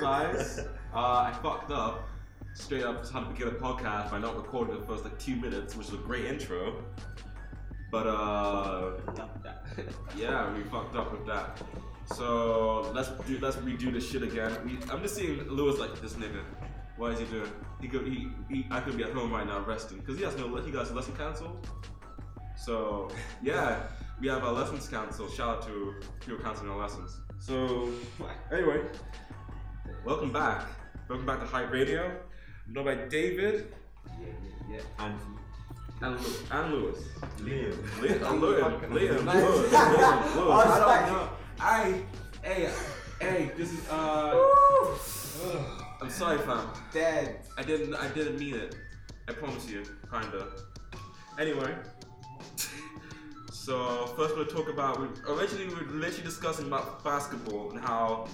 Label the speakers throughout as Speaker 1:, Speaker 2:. Speaker 1: guys. Uh, I fucked up. Straight up, just had to begin a podcast by not recording the first like two minutes, which was a great intro. But uh, yeah, we fucked up with that. So let's do let's redo this shit again. We, I'm just seeing Lewis like this nigga. What is he doing? He could he, he I could be at home right now resting because he has no he got his lesson cancelled. So yeah, we have our lessons council. Shout out to people canceling our lessons. So anyway, welcome back. Welcome back to Hype Radio. I'm joined by David
Speaker 2: Yeah, and
Speaker 1: and, Lu- and Lewis.
Speaker 2: Liam.
Speaker 1: Liam, Liam, Liam, Liam,
Speaker 2: Nice.
Speaker 1: Lewis, Liam, Lewis.
Speaker 2: I was
Speaker 1: I don't
Speaker 2: like-
Speaker 1: know. I, Oh, hey, hey, this is uh.
Speaker 2: Woo!
Speaker 1: I'm sorry, fam.
Speaker 2: Dead.
Speaker 1: I didn't, I didn't mean it. I promise you, kinda. Anyway, so first we'll talk about. We, originally, we were literally discussing about basketball and how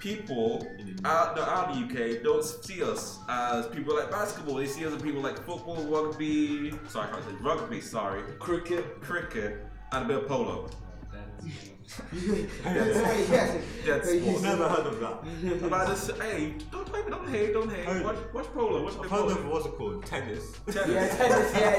Speaker 1: people out the out of the UK don't see us as people like basketball. They see us as people like football, rugby. Sorry, I can't say rugby. Sorry,
Speaker 2: Cricket.
Speaker 1: cricket and a bit of polo.
Speaker 2: yes, yes.
Speaker 1: Dead
Speaker 2: They
Speaker 1: sport.
Speaker 2: used to-
Speaker 3: Never heard of that.
Speaker 1: But I just hey, don't play, don't hate, don't hate.
Speaker 3: Hey.
Speaker 1: Watch, watch polo. Watch a bit
Speaker 3: I've
Speaker 1: of
Speaker 3: heard of
Speaker 1: polo.
Speaker 3: what's it called? Tennis.
Speaker 2: Yeah,
Speaker 1: Tennis.
Speaker 2: tennis, yeah,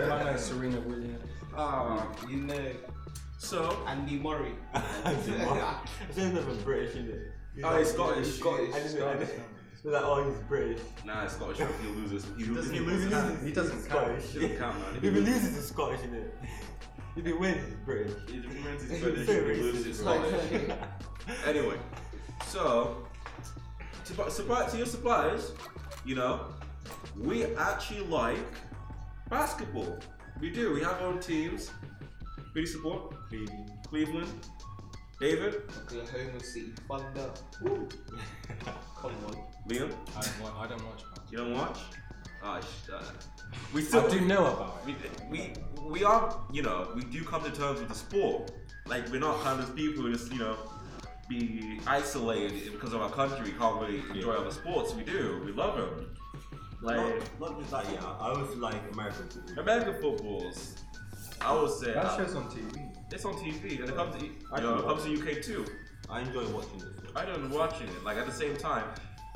Speaker 2: yeah.
Speaker 4: My man Serena Williams.
Speaker 2: Oh, you know,
Speaker 1: Ah. So
Speaker 2: Andy Murray.
Speaker 3: It's just never British, is it? He's
Speaker 1: Oh,
Speaker 3: like-
Speaker 1: he's Scottish. He's Scottish.
Speaker 3: I didn't- I didn't- They're like, oh, he's British.
Speaker 1: Nah, it's Scottish. If he loses, he loses. He
Speaker 3: If
Speaker 1: loses.
Speaker 3: loses,
Speaker 1: He
Speaker 4: he
Speaker 3: he's
Speaker 4: doesn't count.
Speaker 3: Scottish.
Speaker 1: doesn't count, man.
Speaker 3: If he loses, he's Scottish, is it? If he wins, he's British.
Speaker 1: wins his
Speaker 3: He's
Speaker 1: British.
Speaker 3: so
Speaker 1: He loses
Speaker 3: racist,
Speaker 1: his
Speaker 3: bro.
Speaker 1: Scottish. Anyway, so to, surprise to your surprise, you know, we actually like basketball. We do. We have our own teams. Who do you support? Cleveland. David.
Speaker 2: Oklahoma City Thunder. Come on.
Speaker 1: Liam.
Speaker 4: I don't, wa- I don't watch basketball.
Speaker 1: You don't watch? Ah, sh- uh, we still
Speaker 4: I do know about it.
Speaker 1: we, we we are you know we do come to terms with the sport like we're not kind of people who just you know be isolated because of our country we can't really enjoy other sports we do we love them like
Speaker 3: Not, not just that, yeah. I also like American football.
Speaker 1: American footballs I would say
Speaker 4: That
Speaker 1: uh,
Speaker 4: show's on TV.
Speaker 1: it's on TV and it comes to, E, you
Speaker 3: I
Speaker 1: know,
Speaker 3: can
Speaker 1: it comes to UK too
Speaker 3: I enjoy watching it.
Speaker 1: I don't watch it like at the same time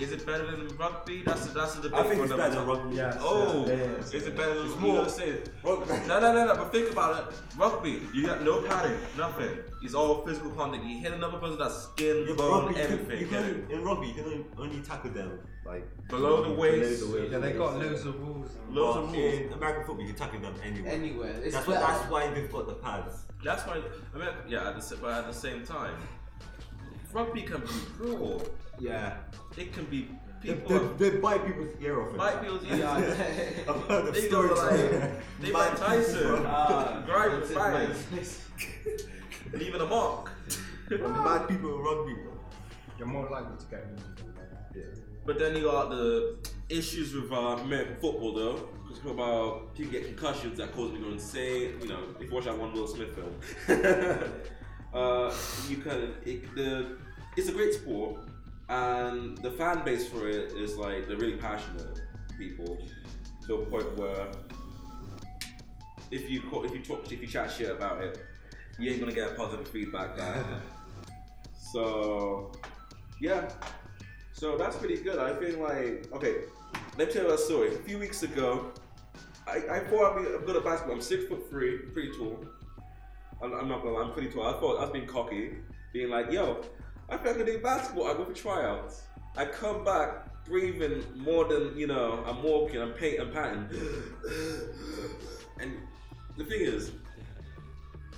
Speaker 1: is it better than rugby that's a, that's a debate
Speaker 3: I think
Speaker 1: for
Speaker 3: it's
Speaker 1: another
Speaker 3: better
Speaker 1: time.
Speaker 3: than rugby.
Speaker 4: Yeah.
Speaker 1: Oh,
Speaker 4: Yeah, yeah, yeah.
Speaker 1: is it better than
Speaker 3: It's
Speaker 1: more?
Speaker 3: more-
Speaker 1: Say it.
Speaker 3: Rugby.
Speaker 1: No, no, no, no. But think about it. Rugby, you got no padding, nothing. It's all physical contact. You hit another person, that's skin,
Speaker 3: In
Speaker 1: bone,
Speaker 3: rugby, you can-
Speaker 1: everything.
Speaker 3: you
Speaker 1: get
Speaker 3: can
Speaker 1: it?
Speaker 3: only- in rugby, you can only, only tackle them like
Speaker 1: Below the waist.
Speaker 3: Below the waist.
Speaker 4: Yeah, they got loads of rules. and-
Speaker 1: Loads
Speaker 3: But
Speaker 1: of rules.
Speaker 3: in American football, you can tackle them anywhere.
Speaker 2: Anywhere. It's
Speaker 3: That's why.
Speaker 2: better.
Speaker 3: That's why they've got the pads.
Speaker 1: That's why. I mean, yeah. At the, sa- but at the same time, rugby can be brutal.
Speaker 3: Yeah.
Speaker 1: It can be
Speaker 3: They,
Speaker 1: people.
Speaker 3: they, they bite people's ear off.
Speaker 1: White people's yeah.
Speaker 2: Yeah.
Speaker 3: I've heard of
Speaker 1: They go
Speaker 3: stories.
Speaker 1: like they like Tyson,
Speaker 3: Uh,
Speaker 2: Ah,
Speaker 1: Grind
Speaker 2: that's it,
Speaker 1: fight.
Speaker 2: mate.
Speaker 1: leaving a mark.
Speaker 3: Bad people in rugby. bro.
Speaker 4: You're more likely to get injured than that.
Speaker 1: But then you got the issues with uh, American football, though. Because people about people get concussions that cause me to go insane. You know, if you watch that one Will Smith film, uh, you can. It, the it's a great sport, and the fan base for it is like they're really passionate people to a point where if you ca- if you talk if you chat shit about it, you ain't gonna get positive feedback back. so yeah, so that's pretty good. I feel like okay, let me tell you a story. A few weeks ago, I, I thought I'd be I'm good at basketball. I'm six foot three, pretty tall. I'm, I'm not gonna lie, I'm pretty tall. I thought I was being cocky, being like, yo, I think I can do basketball. I go for tryouts. I come back breathing more than you know. I'm walking. I'm paint. I'm patting. and the thing is,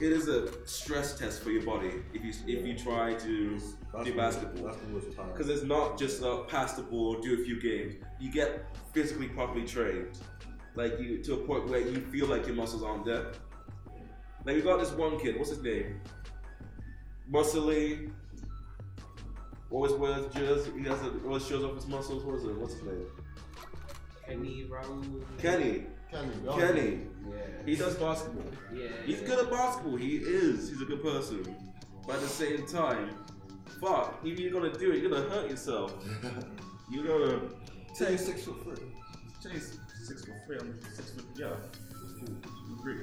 Speaker 1: it is a stress test for your body if you if you try to do basketball
Speaker 3: Basketball's power.
Speaker 1: because it's not just uh, pass the ball, do a few games. You get physically properly trained, like you to a point where you feel like your muscles aren't there. Like we got this one kid. What's his name? Muscly. Always wears just he has a, always shows off his muscles. What is it? What's his name?
Speaker 2: Kenny Raul.
Speaker 1: Kenny. Kenny.
Speaker 2: Yeah.
Speaker 1: He does basketball.
Speaker 2: Yeah.
Speaker 1: He's good at basketball. He is. He's a good person. But at the same time, fuck. If you're gonna do it, you're gonna hurt yourself. You're gonna.
Speaker 3: Tell you six foot three.
Speaker 1: Jay's six foot three. I'm six foot yeah. Three.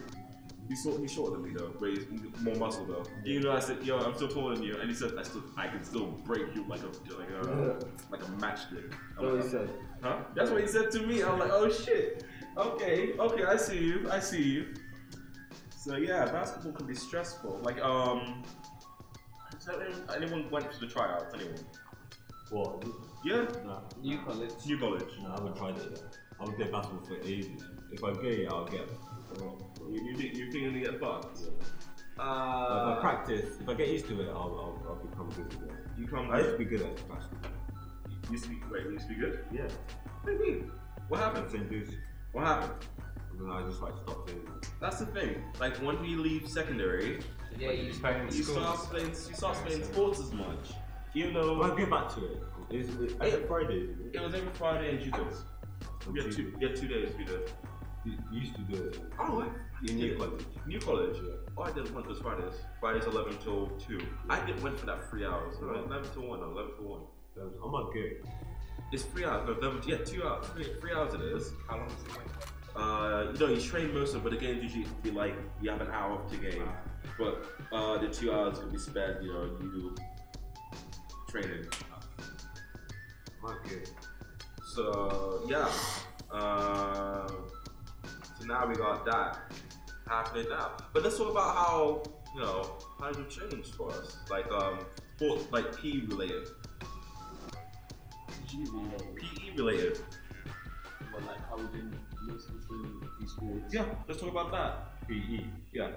Speaker 1: He's, sort, he's shorter than me though, but he's more muscle though. Even though I said, "Yo, I'm still taller than you," and he said, "I still, I can still break you like a, like a, like a matchstick." I'm
Speaker 3: That's what
Speaker 1: like,
Speaker 3: he said.
Speaker 1: Huh? That's what he said to me. I'm like, "Oh shit, okay, okay, I see you, I see you." So yeah, basketball can be stressful. Like, um, has anyone- anyone went to the tryouts? Anyone?
Speaker 3: What?
Speaker 1: Yeah,
Speaker 3: No,
Speaker 2: New college.
Speaker 1: New College.
Speaker 3: no, I haven't tried it yet. I haven't played basketball for ages. If I get it, I'll get it.
Speaker 1: You, you think you think you're gonna get fucked?
Speaker 3: But if I
Speaker 1: Uh,
Speaker 3: practice, if I get used to it, I'll, I'll, I'll become good at it.
Speaker 1: you come.
Speaker 3: I used to be good at basketball.
Speaker 1: You speak. Wait, you speak good?
Speaker 3: Yeah.
Speaker 1: What do you mean? What
Speaker 3: I
Speaker 1: happened?
Speaker 3: was in booth,
Speaker 1: What happened?
Speaker 3: and then I just like stopped doing it.
Speaker 1: That's the thing. Like when we leave secondary,
Speaker 2: Yeah, you
Speaker 4: playing
Speaker 1: you start playing. You start playing sports as much. Even
Speaker 3: But I'll
Speaker 1: though
Speaker 3: get back to it. It's, it's, I get Fridays. isn't
Speaker 1: it was every Friday and Tuesdays.
Speaker 3: it?
Speaker 1: We had two. We had two days. We did.
Speaker 3: You you used to do it
Speaker 1: Oh, I,
Speaker 3: in your college.
Speaker 1: New college. All I did went was Fridays. Fridays eleven till two. I did went for that three hours. No,
Speaker 3: Right.
Speaker 1: eleven till one. No, eleven till one.
Speaker 3: I'm not good.
Speaker 1: It's three hours. No, eleven. Yeah, two hours. Three, three hours it is.
Speaker 2: How long is it?
Speaker 1: Uh, you know, you train most of, it, but the games usually be like you have an hour to game, but uh, the two hours can be spent, you know, you do training.
Speaker 3: I'm not good.
Speaker 1: So yeah, uh, so now we got that happening now. But let's talk about how you know how you changed for us, like um, sports, like P E related,
Speaker 5: G E related,
Speaker 1: PE E related.
Speaker 5: but like how we didn't listen to these sports.
Speaker 1: Yeah, let's talk about that.
Speaker 3: PE.
Speaker 1: Yeah,
Speaker 3: E.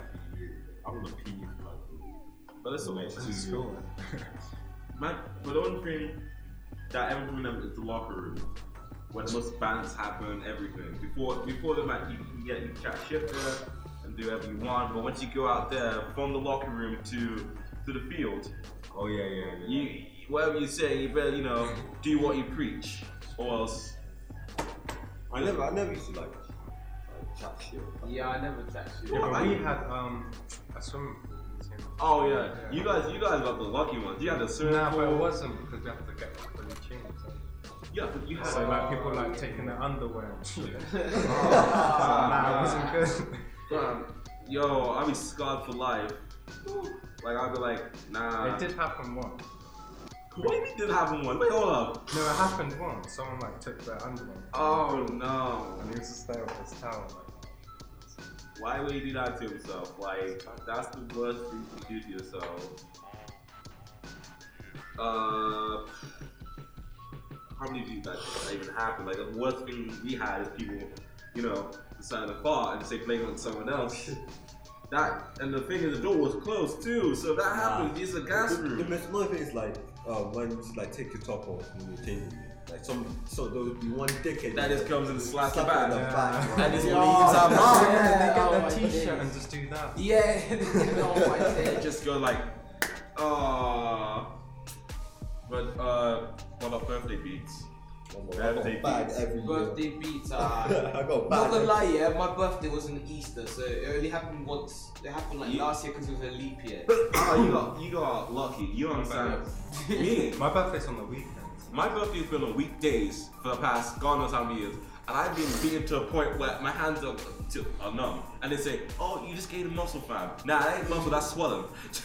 Speaker 3: I'm not PE for like
Speaker 1: but let's talk. E.
Speaker 3: Related.
Speaker 4: in school.
Speaker 1: Man, but the one thing that everyone remembers is the locker room, where the most balance happen, everything. Before before the match, you can get you chat shifter and do whatever you want. But once you go out there from the locker room to to the field,
Speaker 3: Oh yeah, yeah, yeah.
Speaker 1: you whatever you say, you better you know do what you preach, or else.
Speaker 3: I never, I never used to like, like chat shit.
Speaker 2: Yeah, I never chat shit.
Speaker 4: Yeah, but
Speaker 1: I-
Speaker 4: we had um, a swimming pool team.
Speaker 1: Oh yeah, you guys you guys got the lucky ones. You had the swimming
Speaker 4: Nah, but it
Speaker 1: pool.
Speaker 4: wasn't because we have to get properly changed.
Speaker 1: Yeah, but you had.
Speaker 4: So like people like taking their underwear and shit. nah,
Speaker 1: Ah.
Speaker 4: it wasn't good.
Speaker 1: Um, yo, I'll be scarred for life. Like I'll be like, nah.
Speaker 4: it did happen once.
Speaker 1: What do you mean did happen one? Wait, hold up.
Speaker 4: No, it happened once. Someone like took their underwear
Speaker 1: Oh no.
Speaker 4: and he was just there with his towel. Like,
Speaker 1: Why would he do that to himself? Like, that's the worst thing you can do to yourself. Uh, how many do that that even happen? Like, the worst thing we had is people, you know, decide to fart and say playing on someone else. That and the thing is, the door was closed too, so that happens. It's a gas
Speaker 3: Ah, The, the
Speaker 1: room.
Speaker 3: most annoying thing is like uh, when you like take your top off when you're changing it. Like some, so there would be one dickhead
Speaker 1: That just comes and slaps the
Speaker 3: slap you in the
Speaker 1: back.
Speaker 4: Yeah.
Speaker 3: back.
Speaker 5: And it's
Speaker 3: Yeah.
Speaker 5: leaves out
Speaker 4: oh,
Speaker 5: mouth.
Speaker 4: yeah, they
Speaker 5: oh
Speaker 4: get
Speaker 5: my
Speaker 4: their t-shirt
Speaker 5: days.
Speaker 4: and just do that.
Speaker 5: Yeah, oh my
Speaker 1: It
Speaker 5: days.
Speaker 1: just go like, ah. But uh, what about birthday beats?
Speaker 3: Oh my God, I
Speaker 1: Birthday
Speaker 3: got bad
Speaker 1: beats.
Speaker 3: every year.
Speaker 2: Birthday beats are.
Speaker 3: I got
Speaker 2: Not
Speaker 3: bad.
Speaker 2: gonna
Speaker 3: every-
Speaker 2: lie, yeah, my birthday was on Easter, so it only happened once. It happened like
Speaker 1: Yeah.
Speaker 2: last year because it was a leap year.
Speaker 1: oh, you got you got lucky. You know what I'm saying? Me,
Speaker 4: My birthday's on the weekend.
Speaker 1: my birthday's been on weekdays for the past God knows how many years, and I've been beaten to a point where my hands are, to, are numb, and they say, "Oh, you just gained a muscle, fam." Nah, that ain't muscle. That's swelling.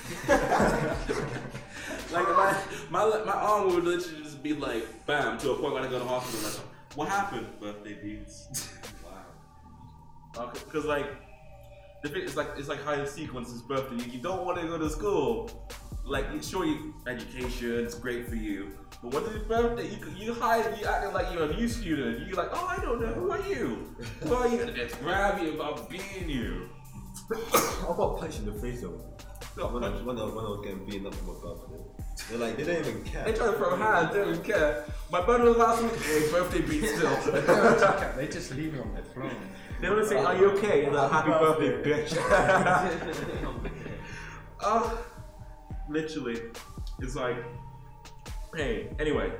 Speaker 1: like my, my my arm would literally just be like, bam, to a point where I go to the hospital. Like, what happened? Birthday beats. wow. Because like. The thing, it's like it's like hide and seek once it's birthday. You, you don't want to go to school. Like you- sure, you, education is great for you, but when it's your birthday, you you hide. You acting like you're a new student. You're like, oh, I don't know. Who are you? Who are you? And they just grab you about beating you.
Speaker 3: I got punched in the face though.
Speaker 1: No,
Speaker 3: When I,
Speaker 1: punch-
Speaker 3: when, I, when I was getting beaten up for my birthday. They're like, they don't even care.
Speaker 1: They try to throw hands. They don't even care. My brother was last week. Hey, birthday beat still.
Speaker 4: they just leave me on the floor.
Speaker 1: they want to say, are you okay? And I'm like, happy birthday, bitch. Uh, literally, it's like, hey. Anyway,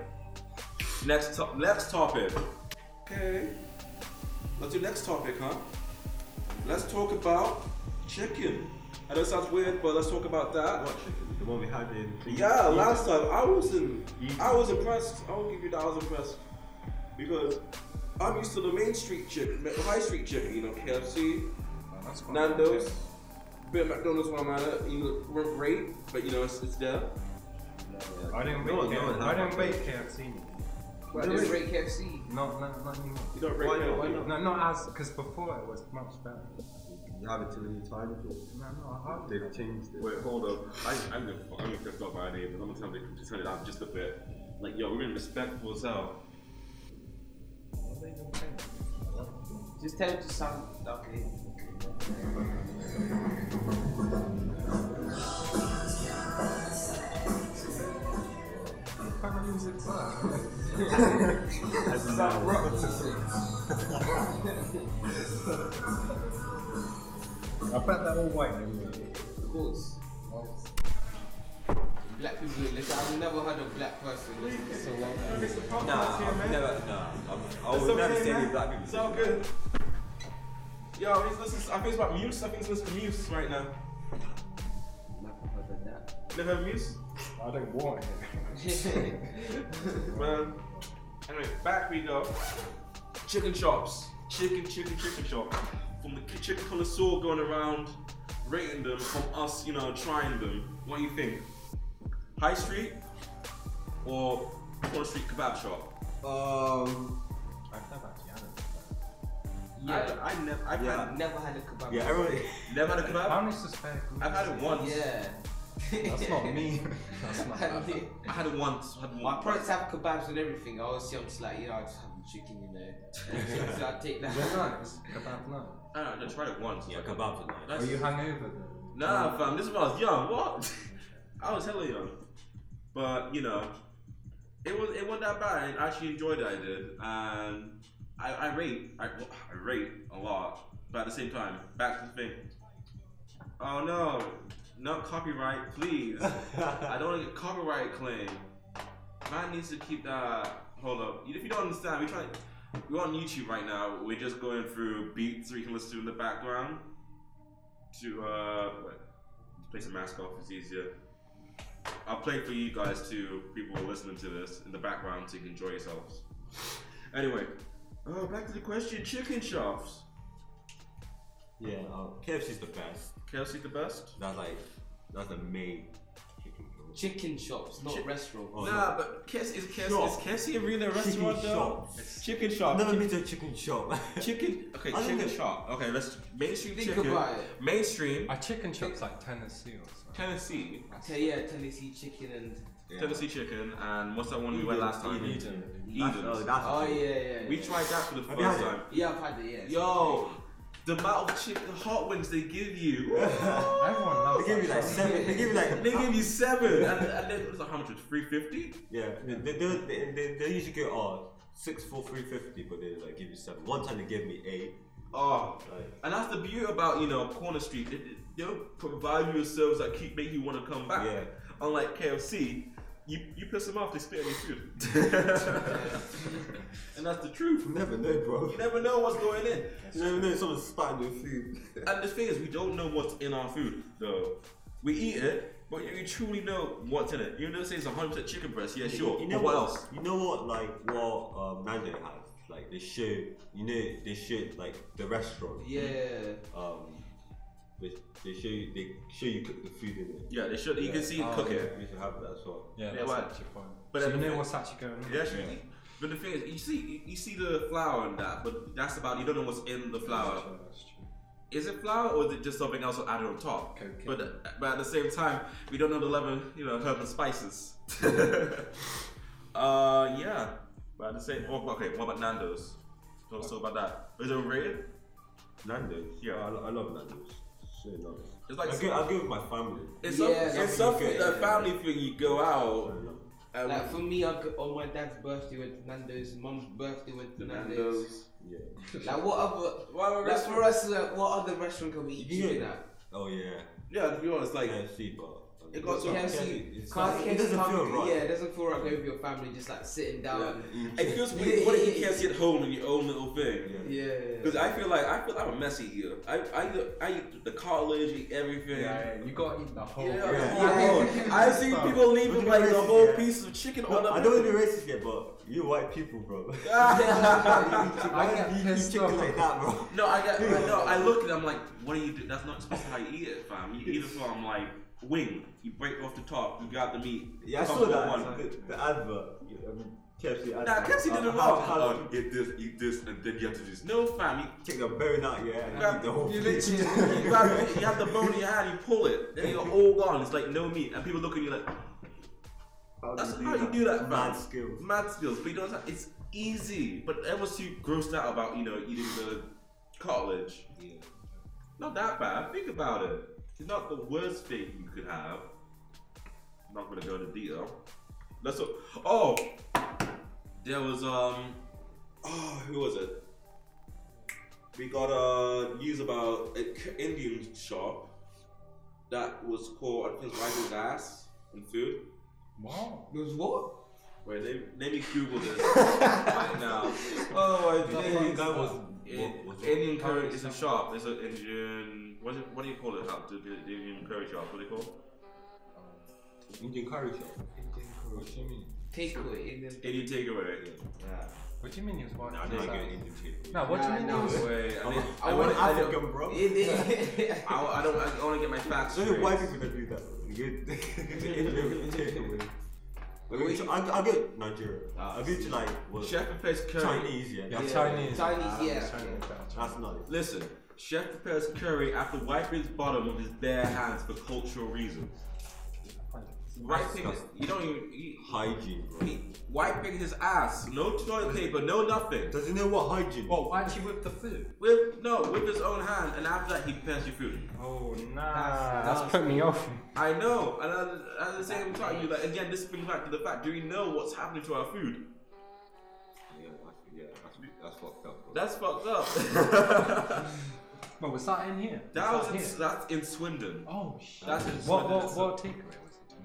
Speaker 1: next to- next topic. Okay, let's do next topic, huh? Let's talk about chicken. I know it sounds weird, but let's talk about that.
Speaker 3: What chicken? The one we had in.
Speaker 1: Yeah, last time I wasn't.
Speaker 3: Easy.
Speaker 1: I was impressed. I will give you that. I was impressed because I'm used to the main street chicken, high street chicken. You know, KFC,
Speaker 4: Oh, that's fine.
Speaker 1: Nando's.
Speaker 6: bit of McDonald's while I'm at it. You know, weren't great, but you know it's, it's there.
Speaker 4: I didn't
Speaker 1: No,
Speaker 4: wait.
Speaker 1: no,
Speaker 4: K-
Speaker 1: no.
Speaker 4: I didn't wait KFC.
Speaker 2: Well, there's great KFC.
Speaker 4: No, no, not anymore.
Speaker 6: You don't rate
Speaker 1: Why
Speaker 6: it.
Speaker 1: not?
Speaker 6: Why not?
Speaker 4: No, not as because before it was much better.
Speaker 3: You have it too many times. Or
Speaker 4: No, no, I hardly.
Speaker 3: they've changed it.
Speaker 1: Wait, hold up. I, I'm gonna, I'm gonna piss off my name, and I'm gonna tell them to turn it down just a bit. Like, yo, we're gonna be respectful as hell.
Speaker 4: What they even saying?
Speaker 2: Just tell it to sound okay.
Speaker 4: What kind of music's that?
Speaker 2: Sound rock.
Speaker 4: I bet they're all white. Anyway.
Speaker 2: Of course. Black people do this. I've never heard a black person listen to so long.
Speaker 3: Nah, I've never. Nah, I'm, I would never say any black people.
Speaker 1: It's all good. Yo, he's listening. I think it's about Muse. I think it's listening to Muse right now. Never heard Muse?
Speaker 4: I don't want it.
Speaker 1: Man. Anyway, back we go. Chicken shops. Chicken, chicken, chicken shop. From the ki- chicken connoisseur going around, rating them, from us, you know, trying them. What do you think? High Street or Corner Street Kebab Shop?
Speaker 3: Um.
Speaker 4: I've never actually had it.
Speaker 2: yeah.
Speaker 1: I, I never, I've
Speaker 3: Yeah. Um,
Speaker 2: I've never had a kebab.
Speaker 3: Yeah, everyone.
Speaker 1: had, never had a
Speaker 4: How
Speaker 1: kebab.
Speaker 4: much is fair?
Speaker 1: I've had it once.
Speaker 2: Yeah.
Speaker 4: That's not me. That's not.
Speaker 2: I mean,
Speaker 1: I had it once. I had it
Speaker 2: My
Speaker 1: once.
Speaker 2: parents have kebabs and everything. I always see, I'm just like, you know, I just have the chicken, you know. so I take that.
Speaker 4: They're nice. Kebab nice.
Speaker 1: I don't know, I tried it once.
Speaker 3: Yeah,
Speaker 1: Like,
Speaker 3: kebabs are nice.
Speaker 1: that's-
Speaker 4: Are you hungover then?
Speaker 1: Nah, fam, this is when I was young. What? I was hella young. But you know, it was it wasn't that bad. and I actually enjoyed it. I did, and I, I rate I, I rate a lot. But at the same time, back to the thing. Oh no, not copyright, please. I don't want to get copyright claim. Man needs to keep that. Hold up. If you don't understand, we trying. We're on YouTube right now. We're just going through beats we can listen to in the background to uh what? play some mask off is easier. I'll play for you guys too, people who are listening to this in the background so you can enjoy yourselves. Anyway, uh, back to the question chicken shops.
Speaker 3: Yeah, um, KFC's the best.
Speaker 1: KFC the best?
Speaker 3: That's like that's the main chicken. meal.
Speaker 2: Chicken shops, not restaurants.
Speaker 3: Oh,
Speaker 1: nah, but KFC is KFC,
Speaker 3: Shop.
Speaker 1: is KFC a real restaurant
Speaker 3: Chicken
Speaker 1: though?
Speaker 3: shop.
Speaker 1: It's chicken
Speaker 3: I've
Speaker 1: shop.
Speaker 3: never
Speaker 1: Chicken,
Speaker 3: been to a chicken shop.
Speaker 1: chicken okay,
Speaker 3: I don't
Speaker 1: chicken
Speaker 3: know.
Speaker 1: shop. Okay, let's mainstream
Speaker 2: Think
Speaker 1: chicken.
Speaker 2: about it.
Speaker 1: Mainstream
Speaker 4: Are chicken shops like Tennessee or something?
Speaker 1: Tennessee.
Speaker 2: Te- yeah, Tennessee chicken and.
Speaker 1: Tennessee chicken and what's that one we went last time?
Speaker 3: Eden.
Speaker 1: Eden's.
Speaker 3: That's- oh, that's-
Speaker 2: Oh, yeah, yeah.
Speaker 1: We
Speaker 2: yeah.
Speaker 1: tried that for the
Speaker 3: Have
Speaker 1: first
Speaker 3: you had it?
Speaker 1: time.
Speaker 2: Yeah, I've had it, yeah.
Speaker 1: Yo, the amount of chicken hot wings they give you.
Speaker 4: Everyone loves
Speaker 3: They give you
Speaker 4: that
Speaker 3: like
Speaker 4: shop.
Speaker 3: seven. They give you like
Speaker 1: they give you seven. And, and then it was 100, 350?
Speaker 3: Yeah, they they they, they, they usually go oh six four three fifty, but they like give you seven. One time they gave me eight.
Speaker 1: Oh.
Speaker 3: Like
Speaker 1: And that's the beauty about, you know, Corner Street. They, they- they'll provide you with service that keep make you want to come back.
Speaker 3: yeah,
Speaker 1: Unlike KFC, you, you piss them off, they spit on your food. and that's the truth.
Speaker 3: you never know, bro.
Speaker 1: You never know what's going in.
Speaker 3: You never know someone's spying your food.
Speaker 1: And the thing is, we don't know what's in our food, though. We eat it, but you you truly know what's in it. You know, say it's 100% chicken breast, yeah, sure.
Speaker 3: You know
Speaker 1: but what else?
Speaker 3: You know what? Like what um, Nando has. Like they show. You know they show like the restaurant.
Speaker 2: Yeah.
Speaker 3: Um, they, they show you. They show you cook the food in it.
Speaker 1: Yeah, they should. You can see him
Speaker 3: Oh,
Speaker 1: cook
Speaker 3: yeah,
Speaker 1: it.
Speaker 3: We should have that as well.
Speaker 4: Yeah,
Speaker 1: Yeah,
Speaker 4: that's
Speaker 1: what?
Speaker 4: actually fun.
Speaker 1: But
Speaker 4: But so
Speaker 1: then-
Speaker 4: you know what's actually going on.
Speaker 1: They actually, But the thing is, you see, you see the flour and that, but that's about you don't know what's in the flour.
Speaker 4: That's true, that's true.
Speaker 1: Is it flour or is it just something else added on top?
Speaker 4: Cocaine.
Speaker 1: But but at the same time, we don't know the level, you know, herbs and spices. uh, yeah. But at the same, oh, okay. What about Nando's? Tell us about that. Is it overrated?
Speaker 3: Nando's.
Speaker 1: Yeah.
Speaker 3: I, I love Nando's. So nice.
Speaker 1: It's like
Speaker 3: I go. I go with my family.
Speaker 1: it's
Speaker 2: Yeah,
Speaker 1: some,
Speaker 2: that's
Speaker 1: it's something
Speaker 2: okay,
Speaker 1: that
Speaker 2: yeah.
Speaker 1: family thing. You go out.
Speaker 3: So
Speaker 1: And
Speaker 2: Like for me, I go, on my dad's birthday went to Nando's, mum's birthday went to Nando's.
Speaker 3: Yeah.
Speaker 2: Like what other?
Speaker 1: Why would
Speaker 2: Like for us, like, what other restaurant can we eat
Speaker 3: You
Speaker 2: chicken
Speaker 3: know-
Speaker 2: at?
Speaker 3: Oh yeah.
Speaker 1: Yeah, to be honest, like
Speaker 3: KFC, but
Speaker 2: It got
Speaker 3: It's not
Speaker 2: KFC.
Speaker 3: KFC, it's not-
Speaker 2: KFC
Speaker 3: it doesn't
Speaker 2: can't
Speaker 3: feel
Speaker 2: be-
Speaker 3: right.
Speaker 2: Yeah, it doesn't feel right going with your family, just like sitting down.
Speaker 6: It feels weird. What if you can't see at home in your own little thing?
Speaker 3: Yeah.
Speaker 2: Yeah.
Speaker 6: Because I feel like I feel I'm a messy eater. I I eat- I eat the college, eat everything.
Speaker 4: Yeah, you gotta eat the whole.
Speaker 6: Yeah,
Speaker 4: thing.
Speaker 6: yeah. I've seen people
Speaker 3: Would
Speaker 6: leaving
Speaker 3: you
Speaker 6: like
Speaker 3: be
Speaker 6: a
Speaker 3: racist
Speaker 6: whole
Speaker 3: yet?
Speaker 6: piece of chicken on
Speaker 3: No,
Speaker 6: a
Speaker 3: I don't want to be racist yet, but you white people, bro.
Speaker 4: I
Speaker 3: Why
Speaker 4: get
Speaker 3: do you eat
Speaker 4: pissed
Speaker 3: chicken
Speaker 4: off.
Speaker 3: like that, bro?
Speaker 6: No, I got I know. I look and I'm like, what do you do? That's not supposed to how you eat it, fam. You eat it from like wing. You break off the top. You got the meat.
Speaker 3: Yeah, I
Speaker 6: Come
Speaker 3: saw
Speaker 6: with
Speaker 3: that.
Speaker 6: one.
Speaker 3: The, the advert. Um, Yeah, I mean, KFC advert.
Speaker 6: Nah, Kelsey did
Speaker 3: Uh,
Speaker 6: it
Speaker 3: how-
Speaker 6: wrong.
Speaker 3: how-
Speaker 6: Oh, Get this, eat this, and then you have to do this. No, fam. You
Speaker 3: Take a bone out, yeah, and
Speaker 6: Grab-
Speaker 3: eat the whole
Speaker 2: you
Speaker 3: thing.
Speaker 2: literally-
Speaker 6: You grab it, you have the bone in your hand, you pull it, and you're all gone. It's like no meat, and people look at you like,
Speaker 3: How
Speaker 6: "That's
Speaker 3: do
Speaker 6: how you do that,
Speaker 3: Mad
Speaker 6: man."
Speaker 3: skills.
Speaker 6: Mad skills, but you know what? It's easy. But everyone's too grossed out about you know eating the cartilage.
Speaker 2: Yeah.
Speaker 6: Not that bad. Think about it. It's not the worst thing you could have. I'm not gonna go into detail. Let's. Talk. Oh, there was um. Oh, who was it? We got uh, news about an Indian shop that was called I think it's Rival Gas and Food.
Speaker 4: Wow.
Speaker 2: It was what?
Speaker 6: Wait, let, let me Google this right now.
Speaker 1: Oh,
Speaker 2: Yeah,
Speaker 1: yeah,
Speaker 2: yeah,
Speaker 1: that was.
Speaker 3: What was it?
Speaker 1: Indian curry is a shop. There's an Indian. What, is it, what do you call it? How, the, the the Indian curry shop. What do you call? it?
Speaker 3: Indian curry shop. What do you mean?
Speaker 2: Takeaway in the.
Speaker 1: Indian takeaway.
Speaker 2: Yeah.
Speaker 4: What do you mean he was white?
Speaker 3: Nah, I didn't get Indian takeaway.
Speaker 4: No, what do
Speaker 2: Nah,
Speaker 4: you mean
Speaker 2: nah.
Speaker 4: he was?
Speaker 1: Wait, I,
Speaker 3: I'm,
Speaker 1: mean,
Speaker 3: I,
Speaker 1: I
Speaker 3: want
Speaker 1: want to. I don't.
Speaker 3: African, bro.
Speaker 2: It-
Speaker 1: I, wa- I don't. I want to get my facts.
Speaker 3: Don't know why
Speaker 1: straight.
Speaker 3: people don't do that. Good. Indian takeaway.
Speaker 2: Wait, what you-
Speaker 3: I'll, I'll get Nigeria.
Speaker 2: Ah,
Speaker 3: I'll get to like what?
Speaker 1: Chef prepares curry.
Speaker 3: Chinese, yeah.
Speaker 4: Yeah,
Speaker 2: Yeah,
Speaker 4: Chinese.
Speaker 2: Chinese, yeah.
Speaker 4: Chinese,
Speaker 3: That's not it.
Speaker 1: Listen, chef prepares curry after wiping his bottom with his bare hands for cultural reasons. Wiping,
Speaker 3: Disgusting.
Speaker 1: you don't even he,
Speaker 3: Hygiene, bro.
Speaker 1: he, wiping his ass. No toilet paper, no nothing.
Speaker 3: Does he know what hygiene?
Speaker 4: Well, why'd you whip the food?
Speaker 1: With no, with his own hand, and after that he prepares your food.
Speaker 4: Oh, nah.
Speaker 2: That's-
Speaker 4: That's, put me off.
Speaker 1: I know, and at, at the same time, you like again. This brings back to the fact: Do we know what's happening to our food?
Speaker 3: Yeah, that's- yeah, that's, that's fucked up, bro.
Speaker 1: That's fucked up.
Speaker 4: Well, was that in here?
Speaker 1: that
Speaker 4: Was
Speaker 1: was
Speaker 4: here?
Speaker 1: in, that's in Swindon.
Speaker 4: Oh, shit.
Speaker 1: That's in
Speaker 4: What,
Speaker 1: Swindon.
Speaker 4: what, what takeaway was it?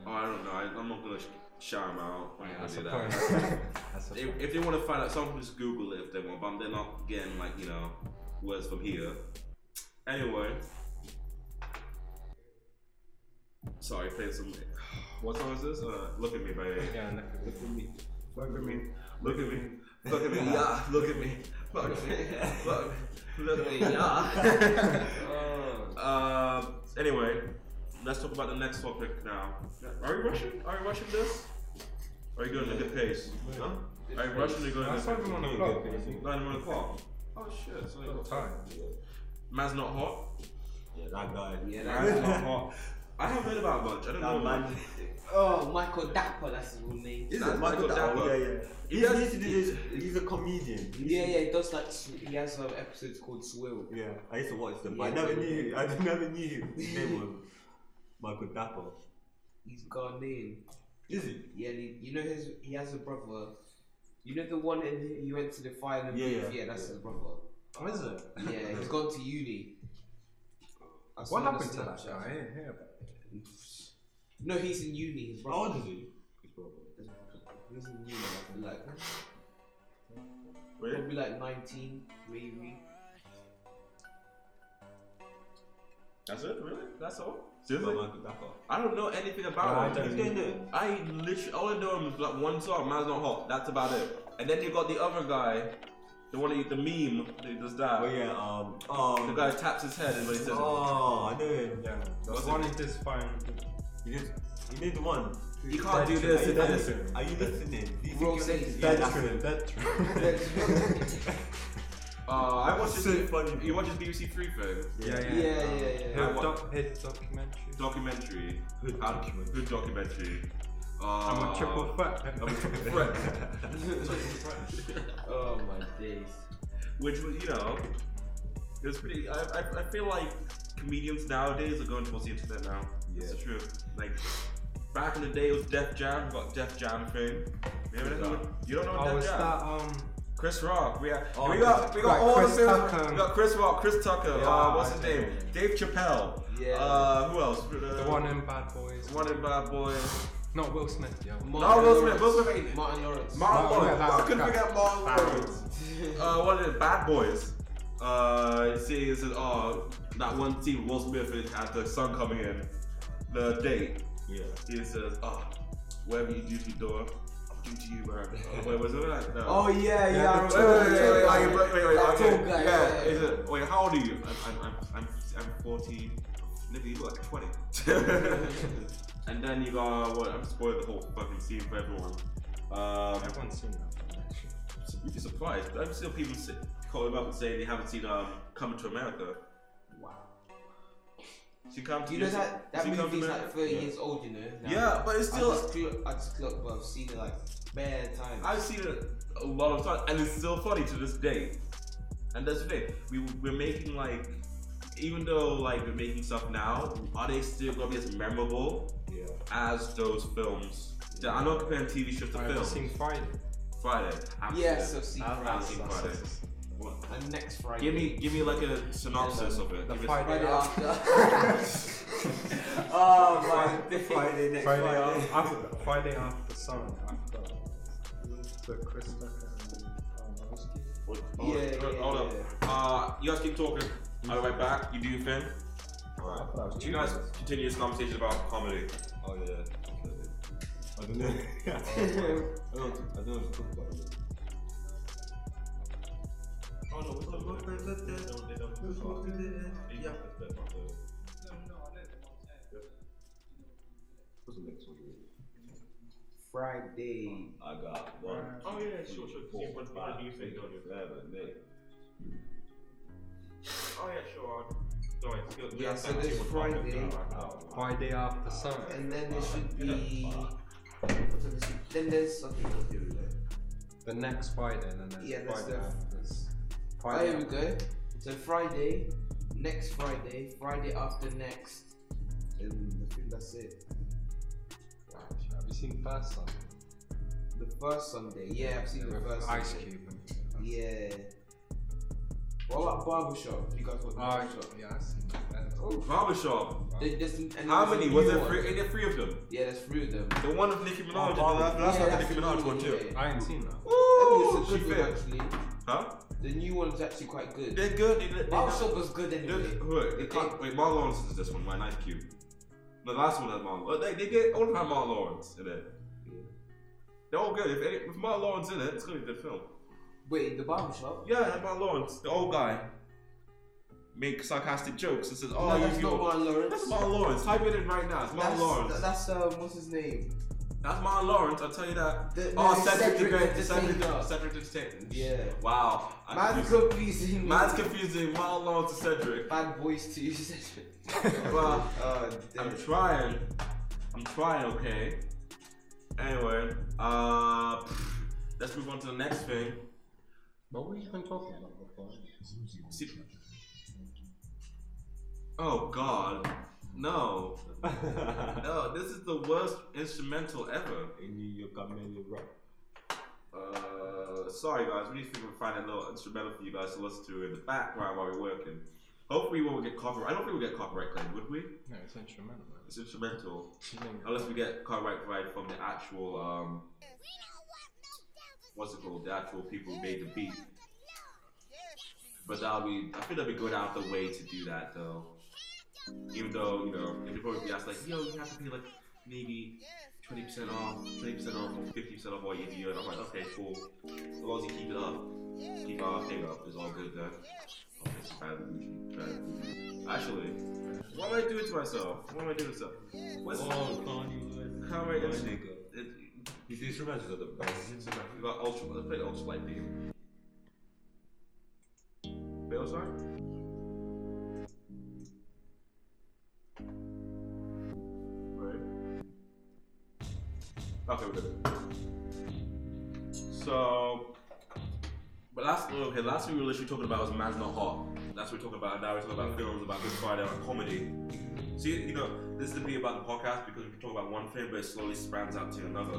Speaker 1: Oh, I don't know. I, I'm not gonna sh- shout him out. I'm not gonna
Speaker 4: That's
Speaker 1: do
Speaker 4: a
Speaker 1: that.
Speaker 4: point. That's a
Speaker 1: If,
Speaker 4: point.
Speaker 1: if they want to find out, someone can just Google it if they want, but they're not getting, like, you know, words from here. Anyway. Sorry, playing some. What song is this? Uh, look at me, baby.
Speaker 4: Yeah, look at
Speaker 1: Look at me. Look at me. Look at me. Look at me. Yeah. Look at me. Look at me. Look at me. Look at me. Yeah.
Speaker 2: Oh.
Speaker 1: Um. anyway, let's talk about the next topic now. Are we rushing? Are we rushing this? Or are you going at a good pace? Huh? Are you rushing or going
Speaker 4: That's
Speaker 1: at
Speaker 4: why we want to
Speaker 3: Indian
Speaker 4: vlog.
Speaker 3: takeaway, isn't it?
Speaker 1: Nine one o'clock. Oh shit! So
Speaker 4: all the time.
Speaker 1: man's not hot.
Speaker 3: Yeah, that guy.
Speaker 2: Yeah,
Speaker 1: Man's not
Speaker 2: that-
Speaker 1: hot. I haven't heard about much. I don't know.
Speaker 3: That man.
Speaker 2: Oh, Michael Dapper, that's his real name.
Speaker 3: Is
Speaker 1: That's
Speaker 3: it Michael
Speaker 1: Michael
Speaker 3: Dapper?
Speaker 1: Dapper.
Speaker 3: Yeah, yeah.
Speaker 1: He
Speaker 3: He
Speaker 1: does-
Speaker 3: used to do this. He's a comedian. He
Speaker 2: Yeah,
Speaker 3: used
Speaker 2: yeah, it does like sw- he has some episodes called Swill.
Speaker 3: to- Yeah, I used to watch them, but I
Speaker 2: Yeah.
Speaker 3: never knew. I never knew his name was Michael Dapper.
Speaker 2: He's Ghanaian.
Speaker 3: Is he?
Speaker 2: Yeah, and he, you know his he has a brother. You know the one in he went to the final
Speaker 3: Yeah, yeah,
Speaker 2: yeah, that's
Speaker 3: yeah.
Speaker 2: his brother.
Speaker 4: What is it?
Speaker 2: Yeah, he's gone to uni. I saw
Speaker 4: What
Speaker 2: the
Speaker 4: happened to that
Speaker 2: Snapchat.
Speaker 4: guy? I didn't hear about it.
Speaker 2: No, he's in uni. His
Speaker 3: How
Speaker 4: Oh,
Speaker 3: old
Speaker 2: brother.
Speaker 3: is he? His brother.
Speaker 2: He's in uni. I feel like
Speaker 1: Wait.
Speaker 2: probably like nineteen, maybe.
Speaker 1: That's it, really? That's all?
Speaker 3: But
Speaker 1: Seriously?
Speaker 3: Michael Dapper.
Speaker 1: Oh, I don't know anything
Speaker 4: No, I
Speaker 1: about
Speaker 4: don't.
Speaker 1: him.
Speaker 3: He's doing it.
Speaker 1: I literally all I know is like one song, Man's Not Hot. That's about it. And then you got the other guy, the one that the meme that does that.
Speaker 3: Oh yeah. Um.
Speaker 1: The
Speaker 3: Um.
Speaker 1: guy taps his head and when he says,
Speaker 3: Oh, I know him.
Speaker 4: Yeah,
Speaker 1: Was
Speaker 4: that's
Speaker 1: it-
Speaker 4: one is this fine.
Speaker 3: He did. He did the one.
Speaker 1: "You can't do
Speaker 3: Are
Speaker 1: this."
Speaker 3: you,
Speaker 1: And
Speaker 3: are,
Speaker 1: then it's-
Speaker 3: you, are you listening? Do you think
Speaker 2: Bro
Speaker 3: you're
Speaker 2: says
Speaker 3: listening?
Speaker 2: that
Speaker 3: Yeah,
Speaker 4: true,
Speaker 3: him.
Speaker 4: that's true.
Speaker 1: uh, I watched
Speaker 3: That's so
Speaker 1: his.
Speaker 3: funny.
Speaker 1: You watch his BBC Three thing
Speaker 4: Yeah,
Speaker 2: yeah, yeah,
Speaker 4: yeah.
Speaker 2: yeah.
Speaker 4: His,
Speaker 1: I wa-
Speaker 4: doc- his documentary.
Speaker 1: documentary,
Speaker 3: Good
Speaker 1: How-
Speaker 3: documentary.
Speaker 1: good documentary. Uh,
Speaker 4: I'm a triple threat.
Speaker 1: I'm a triple threat.
Speaker 2: Oh my days.
Speaker 1: which was you know it was pretty I, I, I feel like comedians nowadays are going towards the internet now
Speaker 3: Yeah.
Speaker 1: it's true like back in the day it was Def Jam we got Def Jam fame you, know, you don't know
Speaker 4: Oh,
Speaker 1: Def
Speaker 4: is
Speaker 1: Jam
Speaker 4: that um?
Speaker 1: Chris Rock we, had,
Speaker 3: Oh,
Speaker 1: we got we got
Speaker 4: like
Speaker 1: all the
Speaker 4: Chris
Speaker 1: famous
Speaker 4: Tucker.
Speaker 1: we got Chris Rock Chris Tucker
Speaker 4: Yeah,
Speaker 1: uh, what's
Speaker 4: I
Speaker 1: his
Speaker 4: don't
Speaker 1: name Dave Chappelle
Speaker 2: Yeah.
Speaker 1: Uh, who else?
Speaker 4: The one in Bad Boys.
Speaker 1: One in Bad Boys.
Speaker 4: Not Will Smith. Yeah.
Speaker 1: No, Will Smith. Will Smith. ain't-
Speaker 2: Martin Lawrence.
Speaker 1: Martin
Speaker 4: Martin
Speaker 1: Lawrence.
Speaker 4: Lawrence.
Speaker 1: I couldn't figure out Martin
Speaker 4: Bad
Speaker 1: Lawrence. Uh, one of the bad boys. Uh, see, is it oh that one scene with Will Smith is- had the sun coming in, the date.
Speaker 3: Yeah.
Speaker 1: He says, oh, whatever you do to door, I'll do to you, man. Uh, wait, was it that? No.
Speaker 2: oh yeah, yeah. I
Speaker 1: Wait, wait,
Speaker 2: remember
Speaker 1: wait,
Speaker 2: that.
Speaker 1: wait, like, wait, wait, wait,
Speaker 2: That
Speaker 1: okay.
Speaker 2: tall guy,
Speaker 1: Yeah,
Speaker 2: yeah,
Speaker 1: is
Speaker 2: yeah.
Speaker 1: it- wait, how old are you? I'm, I'm, I'm, I'm, I'm 14. Nigga, you look like 20. and then you got, what, I'm spoiling the whole fucking scene for everyone. Um,
Speaker 4: Everyone's seen that. one, actually.
Speaker 1: You'd be surprised. I've seen people say, call him up and say they haven't seen um Coming to America.
Speaker 2: Wow.
Speaker 1: She come to
Speaker 2: You know
Speaker 1: she-
Speaker 2: that that
Speaker 1: she come to
Speaker 2: movie's
Speaker 1: America?
Speaker 2: like 30
Speaker 1: yeah.
Speaker 2: years old, you know. now.
Speaker 1: Yeah, but it's
Speaker 2: I
Speaker 1: still
Speaker 2: just, cl- I just clocked, but I've seen it like bare times.
Speaker 1: I've seen it a lot of times and it's still funny to this day. And that's the thing. We we're making like even though like we're making stuff now, are they still gonna be as memorable
Speaker 3: Yeah.
Speaker 1: as those films? I'm not comparing TV shows to
Speaker 4: I've
Speaker 1: films.
Speaker 4: seen Friday.
Speaker 1: Friday. Absolutely.
Speaker 2: yes, I've seen
Speaker 1: I've
Speaker 2: Friday.
Speaker 1: seen Friday. What?
Speaker 2: And next Friday.
Speaker 1: Give me give me like a synopsis of it.
Speaker 4: The
Speaker 1: Give us-
Speaker 4: Friday
Speaker 2: Friday
Speaker 4: after.
Speaker 2: after. oh my
Speaker 3: Friday next
Speaker 4: Friday
Speaker 3: Friday.
Speaker 4: after, after Friday after sun after the Christopher and um, Aronofsky.
Speaker 1: Hold
Speaker 2: Yeah,
Speaker 1: up,
Speaker 2: yeah,
Speaker 1: hold up.
Speaker 2: yeah.
Speaker 1: Uh, you guys keep talking. I'll be right back. You do your thing.
Speaker 3: Alright.
Speaker 4: That
Speaker 1: You guys continue this conversation about comedy.
Speaker 3: Oh yeah. I don't know. I don't. I don't know what to talk about. It.
Speaker 1: Oh no, we're not going to Yeah.
Speaker 3: What's the next one?
Speaker 2: Friday.
Speaker 3: I got one.
Speaker 5: Oh, yeah, sure, sure.
Speaker 3: four,
Speaker 5: You want to
Speaker 3: five,
Speaker 5: do
Speaker 3: six,
Speaker 5: things, don't you?
Speaker 3: seven, eight.
Speaker 1: Oh yeah, sure. Don't worry. Good.
Speaker 2: Yeah, so this Friday,
Speaker 4: Friday after sun.
Speaker 2: and then there should be. what's on this week? Then there's something else here we go.
Speaker 4: The next Friday and then there's
Speaker 2: Yeah, that's
Speaker 4: Friday after.
Speaker 2: Oh,
Speaker 4: Friday
Speaker 2: here we
Speaker 4: after.
Speaker 2: go. So Friday, next Friday, Friday after next, and I think that's it.
Speaker 4: Have you seen First Sun?
Speaker 2: The first Sunday, yeah, I've seen the
Speaker 4: With
Speaker 2: first
Speaker 4: Ice
Speaker 2: Sunday.
Speaker 4: Cube. And
Speaker 2: Yeah. What about barbershop? You guys watch
Speaker 4: Oh,
Speaker 2: barbershop?
Speaker 4: yeah, I've seen that. Oh,
Speaker 1: Barbershop.
Speaker 2: There- there's- and there
Speaker 1: How
Speaker 2: was a
Speaker 1: many?
Speaker 2: new
Speaker 1: Was there
Speaker 2: one.
Speaker 1: three? Ain't there three of them?
Speaker 2: Yeah, there's three of them.
Speaker 1: The one with Nicki Minaj.
Speaker 4: Oh,
Speaker 1: the last
Speaker 2: yeah,
Speaker 1: one with
Speaker 2: that's
Speaker 1: Nicki
Speaker 2: the
Speaker 1: Minaj
Speaker 2: new
Speaker 1: one too.
Speaker 2: yeah.
Speaker 4: I ain't seen that.
Speaker 2: That
Speaker 1: Ooh,
Speaker 2: was a
Speaker 1: she
Speaker 2: good one,
Speaker 1: fit.
Speaker 2: actually.
Speaker 1: Huh?
Speaker 2: The new one's actually quite good.
Speaker 1: They're good. They, they, they,
Speaker 2: Barbershop was good
Speaker 1: They,
Speaker 2: anyway.
Speaker 1: wait, they can't, wait, Marlon Lawrence is this one, my knife cube. The last one had Marlon. Well, they, they get all of them had Marlon Lawrence in it. They're all good. If, any- if Marlon Lawrence in it, it's gonna be a good film.
Speaker 2: Wait, the barbershop?
Speaker 1: Yeah, it had Marlon Lawrence, the old guy, make sarcastic jokes and says, "Oh,
Speaker 2: no,
Speaker 1: you
Speaker 2: that's
Speaker 1: you-
Speaker 2: not Martin Lawrence.
Speaker 1: That's Marlon Lawrence. Type it in right now. It's Marlon
Speaker 2: That's-
Speaker 1: Lawrence.
Speaker 2: th- That's um, what's his name?
Speaker 1: That's Marlon Lawrence. I'll tell you that.
Speaker 2: The-
Speaker 1: oh,
Speaker 2: no,
Speaker 1: Cedric the
Speaker 2: Cedric
Speaker 1: Great.
Speaker 2: the
Speaker 1: Cedric the
Speaker 2: Saint.
Speaker 1: Cedric the Saint.
Speaker 2: Yeah.
Speaker 1: Wow. I
Speaker 2: Man's
Speaker 1: confused-
Speaker 2: confusing.
Speaker 1: Man's confusing Marlon Lawrence and Cedric.
Speaker 2: Bad boys too. Cedric.
Speaker 1: Well,
Speaker 2: Uh,
Speaker 1: I'm
Speaker 2: damn.
Speaker 1: trying. I'm trying, okay? Anyway, uh, let's move on to the next thing.
Speaker 4: What were you even talking about before?
Speaker 1: See- oh, God. No. No, this is the worst instrumental ever.
Speaker 3: And you, you come in, you rock.
Speaker 1: Uh, sorry, guys. We need to find a little instrumental for you guys to listen to in the background while we're working. Hopefully, we won't get copyright. I don't think we'll get copyright claim, would we?
Speaker 4: No, it's instrumental.
Speaker 1: It's instrumental.
Speaker 4: It's named-
Speaker 1: Unless we get copyright right from the actual, um, what's it called? The actual people who made the beat. But that'll be, I think that'll be going out of the way to do that though. Even though, you know, it'll probably be asked like, yo, you have to pay like maybe 20% off, 20% off, or 50% off what you do. And I'm like, okay, cool. As long as you keep it up, keep our thing up, it's all good then. Okay, so bad Gucci, bad Gucci. Actually, what am I doing to myself? What am I doing to myself? What's
Speaker 3: Oh, Kanye West.
Speaker 1: Conway
Speaker 3: My
Speaker 1: Eminem.
Speaker 3: nigga.
Speaker 1: It,
Speaker 3: These instrumentals are the best.
Speaker 1: we got ultra. Let's play ultra light beam. Play ultra light. Right. Okay, we're good. So, but last oh, okay, last week we were literally talking about was man's not hot. That's what we're talking about. and Now we're talking about films, about Good Friday, about comedy. See, you know, this is the beauty about the podcast because we can talk about one thing, but it slowly spans out to another.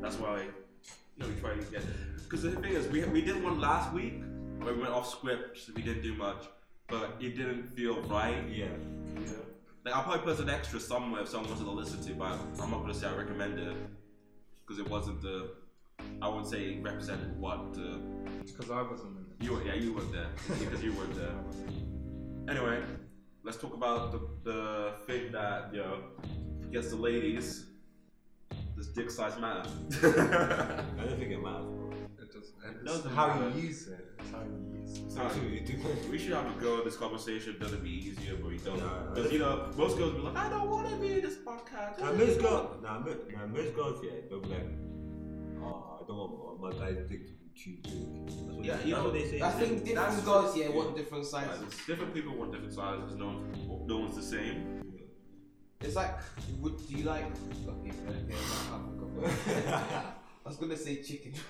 Speaker 1: That's why you know, we try to get. Because the thing is, we, we did one last week where we went off script, so we didn't do much. but it didn't feel right.
Speaker 3: Yeah.
Speaker 1: Like I'll probably put an extra somewhere if someone wanted to listen to, but I'm not gonna say I recommend it because it wasn't the. I would say it represented what uh,
Speaker 4: Because I wasn't in it.
Speaker 1: you were. Yeah, you weren't there because you weren't there.
Speaker 4: I wasn't.
Speaker 1: Anyway, let's talk about the, the thing that you know gets the ladies. Does dick size matter?
Speaker 3: I don't think it matters, bro.
Speaker 4: It doesn't.
Speaker 1: Doesn't
Speaker 4: It doesn't how
Speaker 1: matter.
Speaker 4: you use it. It's how you use it.
Speaker 3: So you do.
Speaker 1: we should have a go. This conversation doesn't be easier, but we don't.
Speaker 3: Nah.
Speaker 1: Because you know most girls be like, I don't want to be in this podcast.
Speaker 3: Now most girls, now most, now most girls, yeah, they'll be like, oh, I don't want my, my guy's dick to be too big. That's what,
Speaker 1: Yeah,
Speaker 3: they,
Speaker 1: you
Speaker 3: that's
Speaker 1: know,
Speaker 3: what they say.
Speaker 2: I think different girls, yeah, want different
Speaker 1: Like,
Speaker 2: sizes.
Speaker 1: different people want different sizes. No one's, no one's the same.
Speaker 2: It's like, would do you like? Okay, okay, I'm not- I'm not- I was gonna say chicken.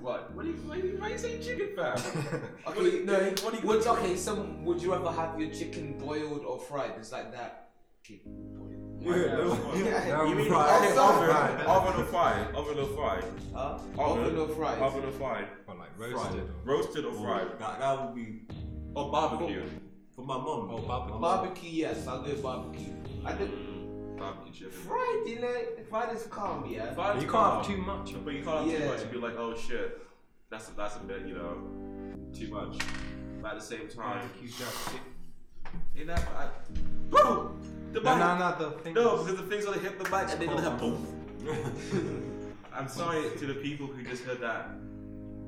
Speaker 1: What? What are you, why, why are you saying chicken fat?
Speaker 2: okay, no.
Speaker 1: what do you-
Speaker 2: Would okay, some would you rather have your chicken boiled or fried? It's like that. Okay, boiled.
Speaker 4: No,
Speaker 1: you mean
Speaker 4: fried.
Speaker 1: oven,
Speaker 4: Fried.
Speaker 1: oven, oven or fried? Oven or fried?
Speaker 2: Huh?
Speaker 1: Oven.
Speaker 2: Oven or fried?
Speaker 1: Oven or fried?
Speaker 4: Or like roasted or
Speaker 1: Roasted or fried?
Speaker 3: That, that would be Oh,
Speaker 1: Or barbecue?
Speaker 3: for my mom.
Speaker 4: Oh, barbecue.
Speaker 2: Barbecue, yes, I'll go barbecue. I don't
Speaker 1: Mm, barbecue chicken.
Speaker 2: fried, you know, fried is calm, yeah.
Speaker 1: Fried
Speaker 4: You
Speaker 1: is
Speaker 4: can't
Speaker 1: calm,
Speaker 4: have too much of
Speaker 1: But you can't have too
Speaker 2: Yeah.
Speaker 1: much. You'd be like, oh shit, that's a, that's a bit, you know, too much. But at the same time,
Speaker 4: barbecue jack.
Speaker 1: ain't that bad? Boom! The
Speaker 4: No,
Speaker 1: mic.
Speaker 4: no, no, the thing
Speaker 1: No,
Speaker 4: is-
Speaker 1: because the thing's gonna hit the mic and they're gonna have boom. I'm sorry to the people who just heard that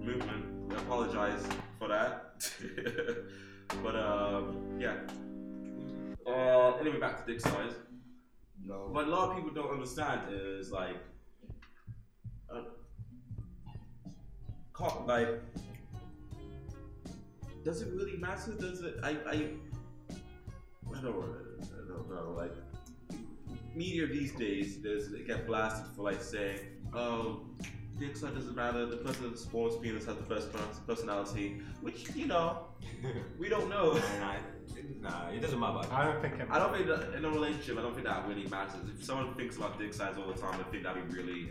Speaker 1: movement. I apologize for that. but um, yeah. Uh, anyway, back to dick size.
Speaker 2: No.
Speaker 1: What a lot of people don't understand is like, uh, cock, like, does it really matter? Does it? I, I, I don't, I don't know. Like, media these days, there's they get blasted for like saying, oh, dick size doesn't matter. The person with the smallest penis has the best pers- personality, which you know, we don't know.
Speaker 3: Nah, it- nah, it doesn't matter.
Speaker 4: I don't think it
Speaker 1: I don't think that in a relationship, I don't think that really matters. If someone thinks about dick size all the time, I think that'd be really,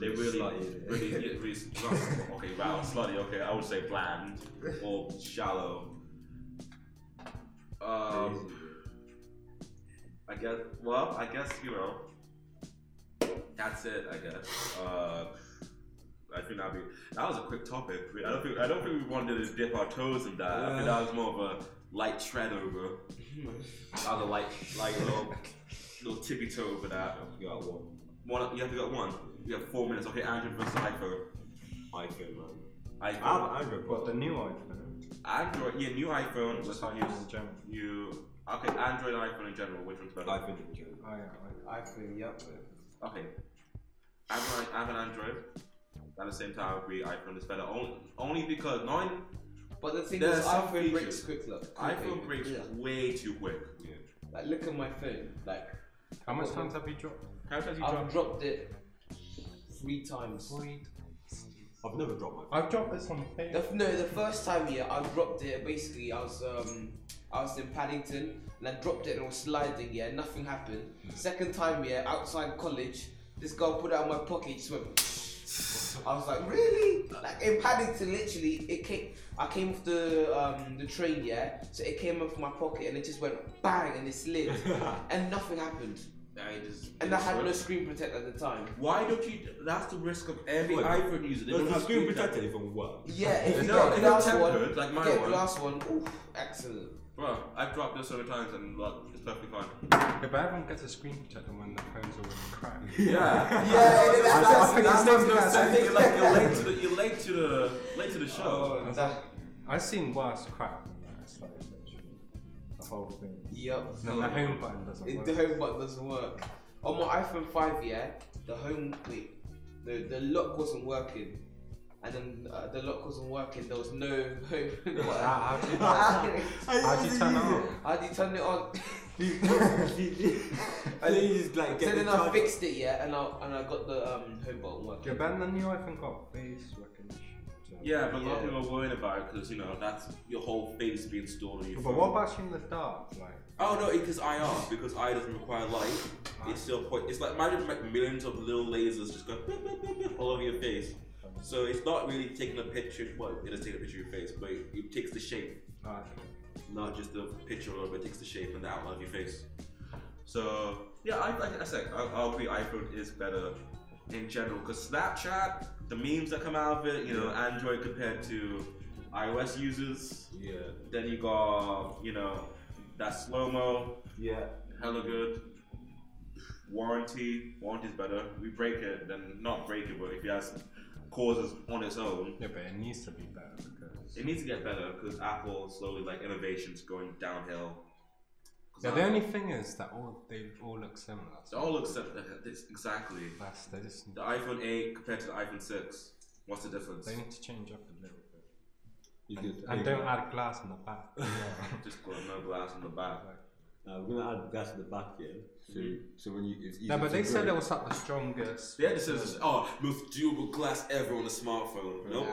Speaker 1: they really,
Speaker 3: Slutty.
Speaker 1: really, yeah, really, slut- okay, wow, slutty. Okay, I would say bland or shallow. Um, I guess. Well, I guess you know. That's it. I guess. Uh, I think that'd be. That was a quick topic. We- I don't think. I don't think we wanted to dip our toes in that. I think that was more of a light tread over. That was a light, like little, little tippy toe over that.
Speaker 3: You got one.
Speaker 1: One. You have to get one. You have four minutes. Okay, Andrew versus iPhone.
Speaker 3: iPhone, man.
Speaker 1: iPhone.
Speaker 3: I'm Android,
Speaker 4: What,
Speaker 3: bro.
Speaker 4: the new iPhone?
Speaker 1: Android. Yeah, new iPhone.
Speaker 4: Just
Speaker 1: Let's
Speaker 4: how
Speaker 1: not
Speaker 4: you
Speaker 1: use
Speaker 4: use in general.
Speaker 1: you. Okay, Android and iPhone in general. Which one's better?
Speaker 3: iPhone in general.
Speaker 4: Oh, yeah.
Speaker 2: I think, yep.
Speaker 1: Okay. I'm an, I'm an Android. At the same time, I agree iPhone is better. Only, only because nine
Speaker 2: But the thing
Speaker 1: There
Speaker 2: is,
Speaker 1: are some
Speaker 2: iPhone breaks
Speaker 1: features.
Speaker 2: quicker.
Speaker 1: iPhone breaks
Speaker 2: Yeah.
Speaker 1: way too quick.
Speaker 2: Like, look at my phone. Like,
Speaker 4: How much times have you dropped?
Speaker 1: How does you
Speaker 2: I've
Speaker 1: drop?
Speaker 2: dropped it three times.
Speaker 3: I've never dropped my phone.
Speaker 4: I've dropped this on
Speaker 2: The,
Speaker 4: Facebook.
Speaker 2: f- no, the first time yeah, I dropped it. Basically, I was um, I was in Paddington and I dropped it and it was sliding. Yeah, nothing happened. Second time, yeah, outside college, this girl put it out of my pocket. Just went. I was like, really? Like in Paddington, literally, it came. I came off the um, the train, yeah. So it came off my pocket and it just went bang and it slid and nothing happened.
Speaker 1: Nah, it just-
Speaker 2: And
Speaker 1: it
Speaker 2: I
Speaker 1: just
Speaker 2: had no
Speaker 1: works.
Speaker 2: screen protect at the time.
Speaker 1: Why don't you? That's the risk of every
Speaker 3: What?
Speaker 1: iPhone user. They
Speaker 3: Does
Speaker 1: don't
Speaker 3: the
Speaker 1: have
Speaker 3: screen protector even work?
Speaker 2: Yeah, if you
Speaker 1: No,
Speaker 2: get
Speaker 1: if
Speaker 2: a
Speaker 1: you're
Speaker 2: glass one,
Speaker 1: tempered, like my
Speaker 2: get
Speaker 1: one.
Speaker 2: a glass one. Oof, excellent.
Speaker 1: Bro, I've dropped this so many times and like, it's perfectly fine.
Speaker 4: Yeah, but everyone gets a screen protector when their phone's already cracked.
Speaker 1: Yeah.
Speaker 2: Yeah, yeah,
Speaker 4: I
Speaker 2: that's- that's-
Speaker 4: think it's
Speaker 2: that's-
Speaker 4: something
Speaker 2: that's-
Speaker 4: that's-
Speaker 1: I think like you're late to the you're late to the late to the show.
Speaker 2: Oh, that-
Speaker 4: I've seen worse crap than that. It's like literally the whole thing.
Speaker 2: Yep.
Speaker 4: No, the home button doesn't
Speaker 2: It-
Speaker 4: work.
Speaker 2: the home button doesn't work. On my iPhone 5, yeah, the home wait, the the lock wasn't working, and then uh, the lock wasn't working. There was no home. button.
Speaker 4: How, how do you,
Speaker 2: How
Speaker 4: how do you turn it on?
Speaker 2: do you turn it on?
Speaker 3: And then you just like
Speaker 2: so
Speaker 3: get the
Speaker 2: then I
Speaker 3: charger.
Speaker 2: fixed it, yeah, and I and I got the um, home button working.
Speaker 4: Yeah, but the new iPhone got face recognition. so-
Speaker 1: Yeah, but a lot of
Speaker 2: Yeah.
Speaker 1: people are worried about it because you know that's your whole face being stored on your
Speaker 4: But
Speaker 1: phone.
Speaker 4: what about you in the dark? Like,
Speaker 1: Oh no, it is IR because IR doesn't require light. It's still point. It's like imagine like millions of little lasers just going beep, beep, beep, beep all over your face. So it's not really taking a picture. Well, it does take a picture of your face, but it, it takes the shape.
Speaker 4: oh, okay.
Speaker 1: not just the picture of it takes the shape and the outline of your face. So yeah, I I, I say I, I'll agree. iPhone is better in general because Snapchat, the memes that come out of it, you know, Android compared to iOS users.
Speaker 3: Yeah.
Speaker 1: Then you got you know that slow mo,
Speaker 3: Yeah.
Speaker 1: hella good. Warranty, warranty's better. We break it, then not break it, but if it has causes on its own,
Speaker 4: Yeah, but it needs to be better because
Speaker 1: it needs to get better because Apple slowly like innovations going downhill. 'Cause
Speaker 4: yeah,
Speaker 1: I-
Speaker 4: the only thing is that all they all look similar.
Speaker 1: They all look separate. This exactly.
Speaker 4: That's they just
Speaker 1: The iPhone 8 compared to the iPhone 6. What's the difference?
Speaker 4: they need to change up a little bit
Speaker 3: You
Speaker 4: and,
Speaker 3: could-
Speaker 4: and don't add glass in the back.
Speaker 1: Just got no glass on the back.
Speaker 3: Uh, we're gonna add gas in the back here. So, so when you, it's easy
Speaker 4: no, but
Speaker 3: to
Speaker 4: they said
Speaker 3: grow.
Speaker 4: it was like the strongest.
Speaker 1: Yeah, this is oh most durable glass ever on a smartphone. Nope.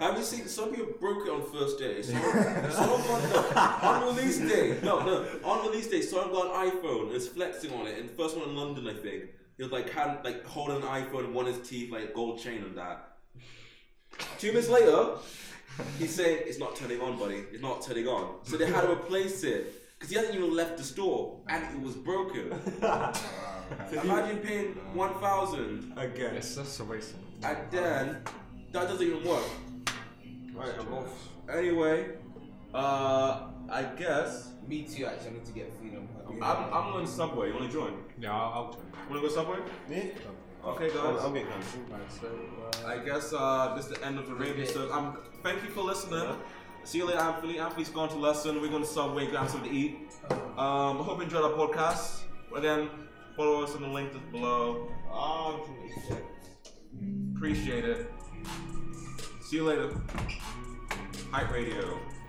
Speaker 1: Have you seen some people broke it on first day? Someone, someone got, on release day. No, no. On release day, someone got an iPhone and is flexing on it. And the first one in London, I think, he was like hand, like holding an iPhone and one of his teeth like gold chain and that. Two minutes later, he's saying it's not turning on, buddy. It's not turning on. So they had to replace it because he hasn't even left the store and it was broken. Imagine paying one thousand
Speaker 3: Again.
Speaker 4: It's just a waste. of-
Speaker 1: and then that doesn't even work.
Speaker 3: Right, I'm off.
Speaker 1: Anyway, uh, I guess
Speaker 2: Me too, actually. I need to get freedom.
Speaker 1: I'm, I'm going Subway. You want to join?
Speaker 4: Yeah, I'll, I'll join.
Speaker 1: Want to go Subway?
Speaker 3: Me?
Speaker 1: Okay, guys.
Speaker 3: I'm getting kind
Speaker 4: Right, so uh,
Speaker 1: I guess uh, this is the end of the radio.
Speaker 2: Okay.
Speaker 1: So I'm. Thank you for listening. See you later, Anthony. Anthony's gone to lesson. We're going to Subway, grab something to eat. Um, I hope you enjoyed our podcast. Again, follow us on the link that's below.
Speaker 2: Oh, I'm too late.
Speaker 1: Appreciate it. See you later. Hype Radio.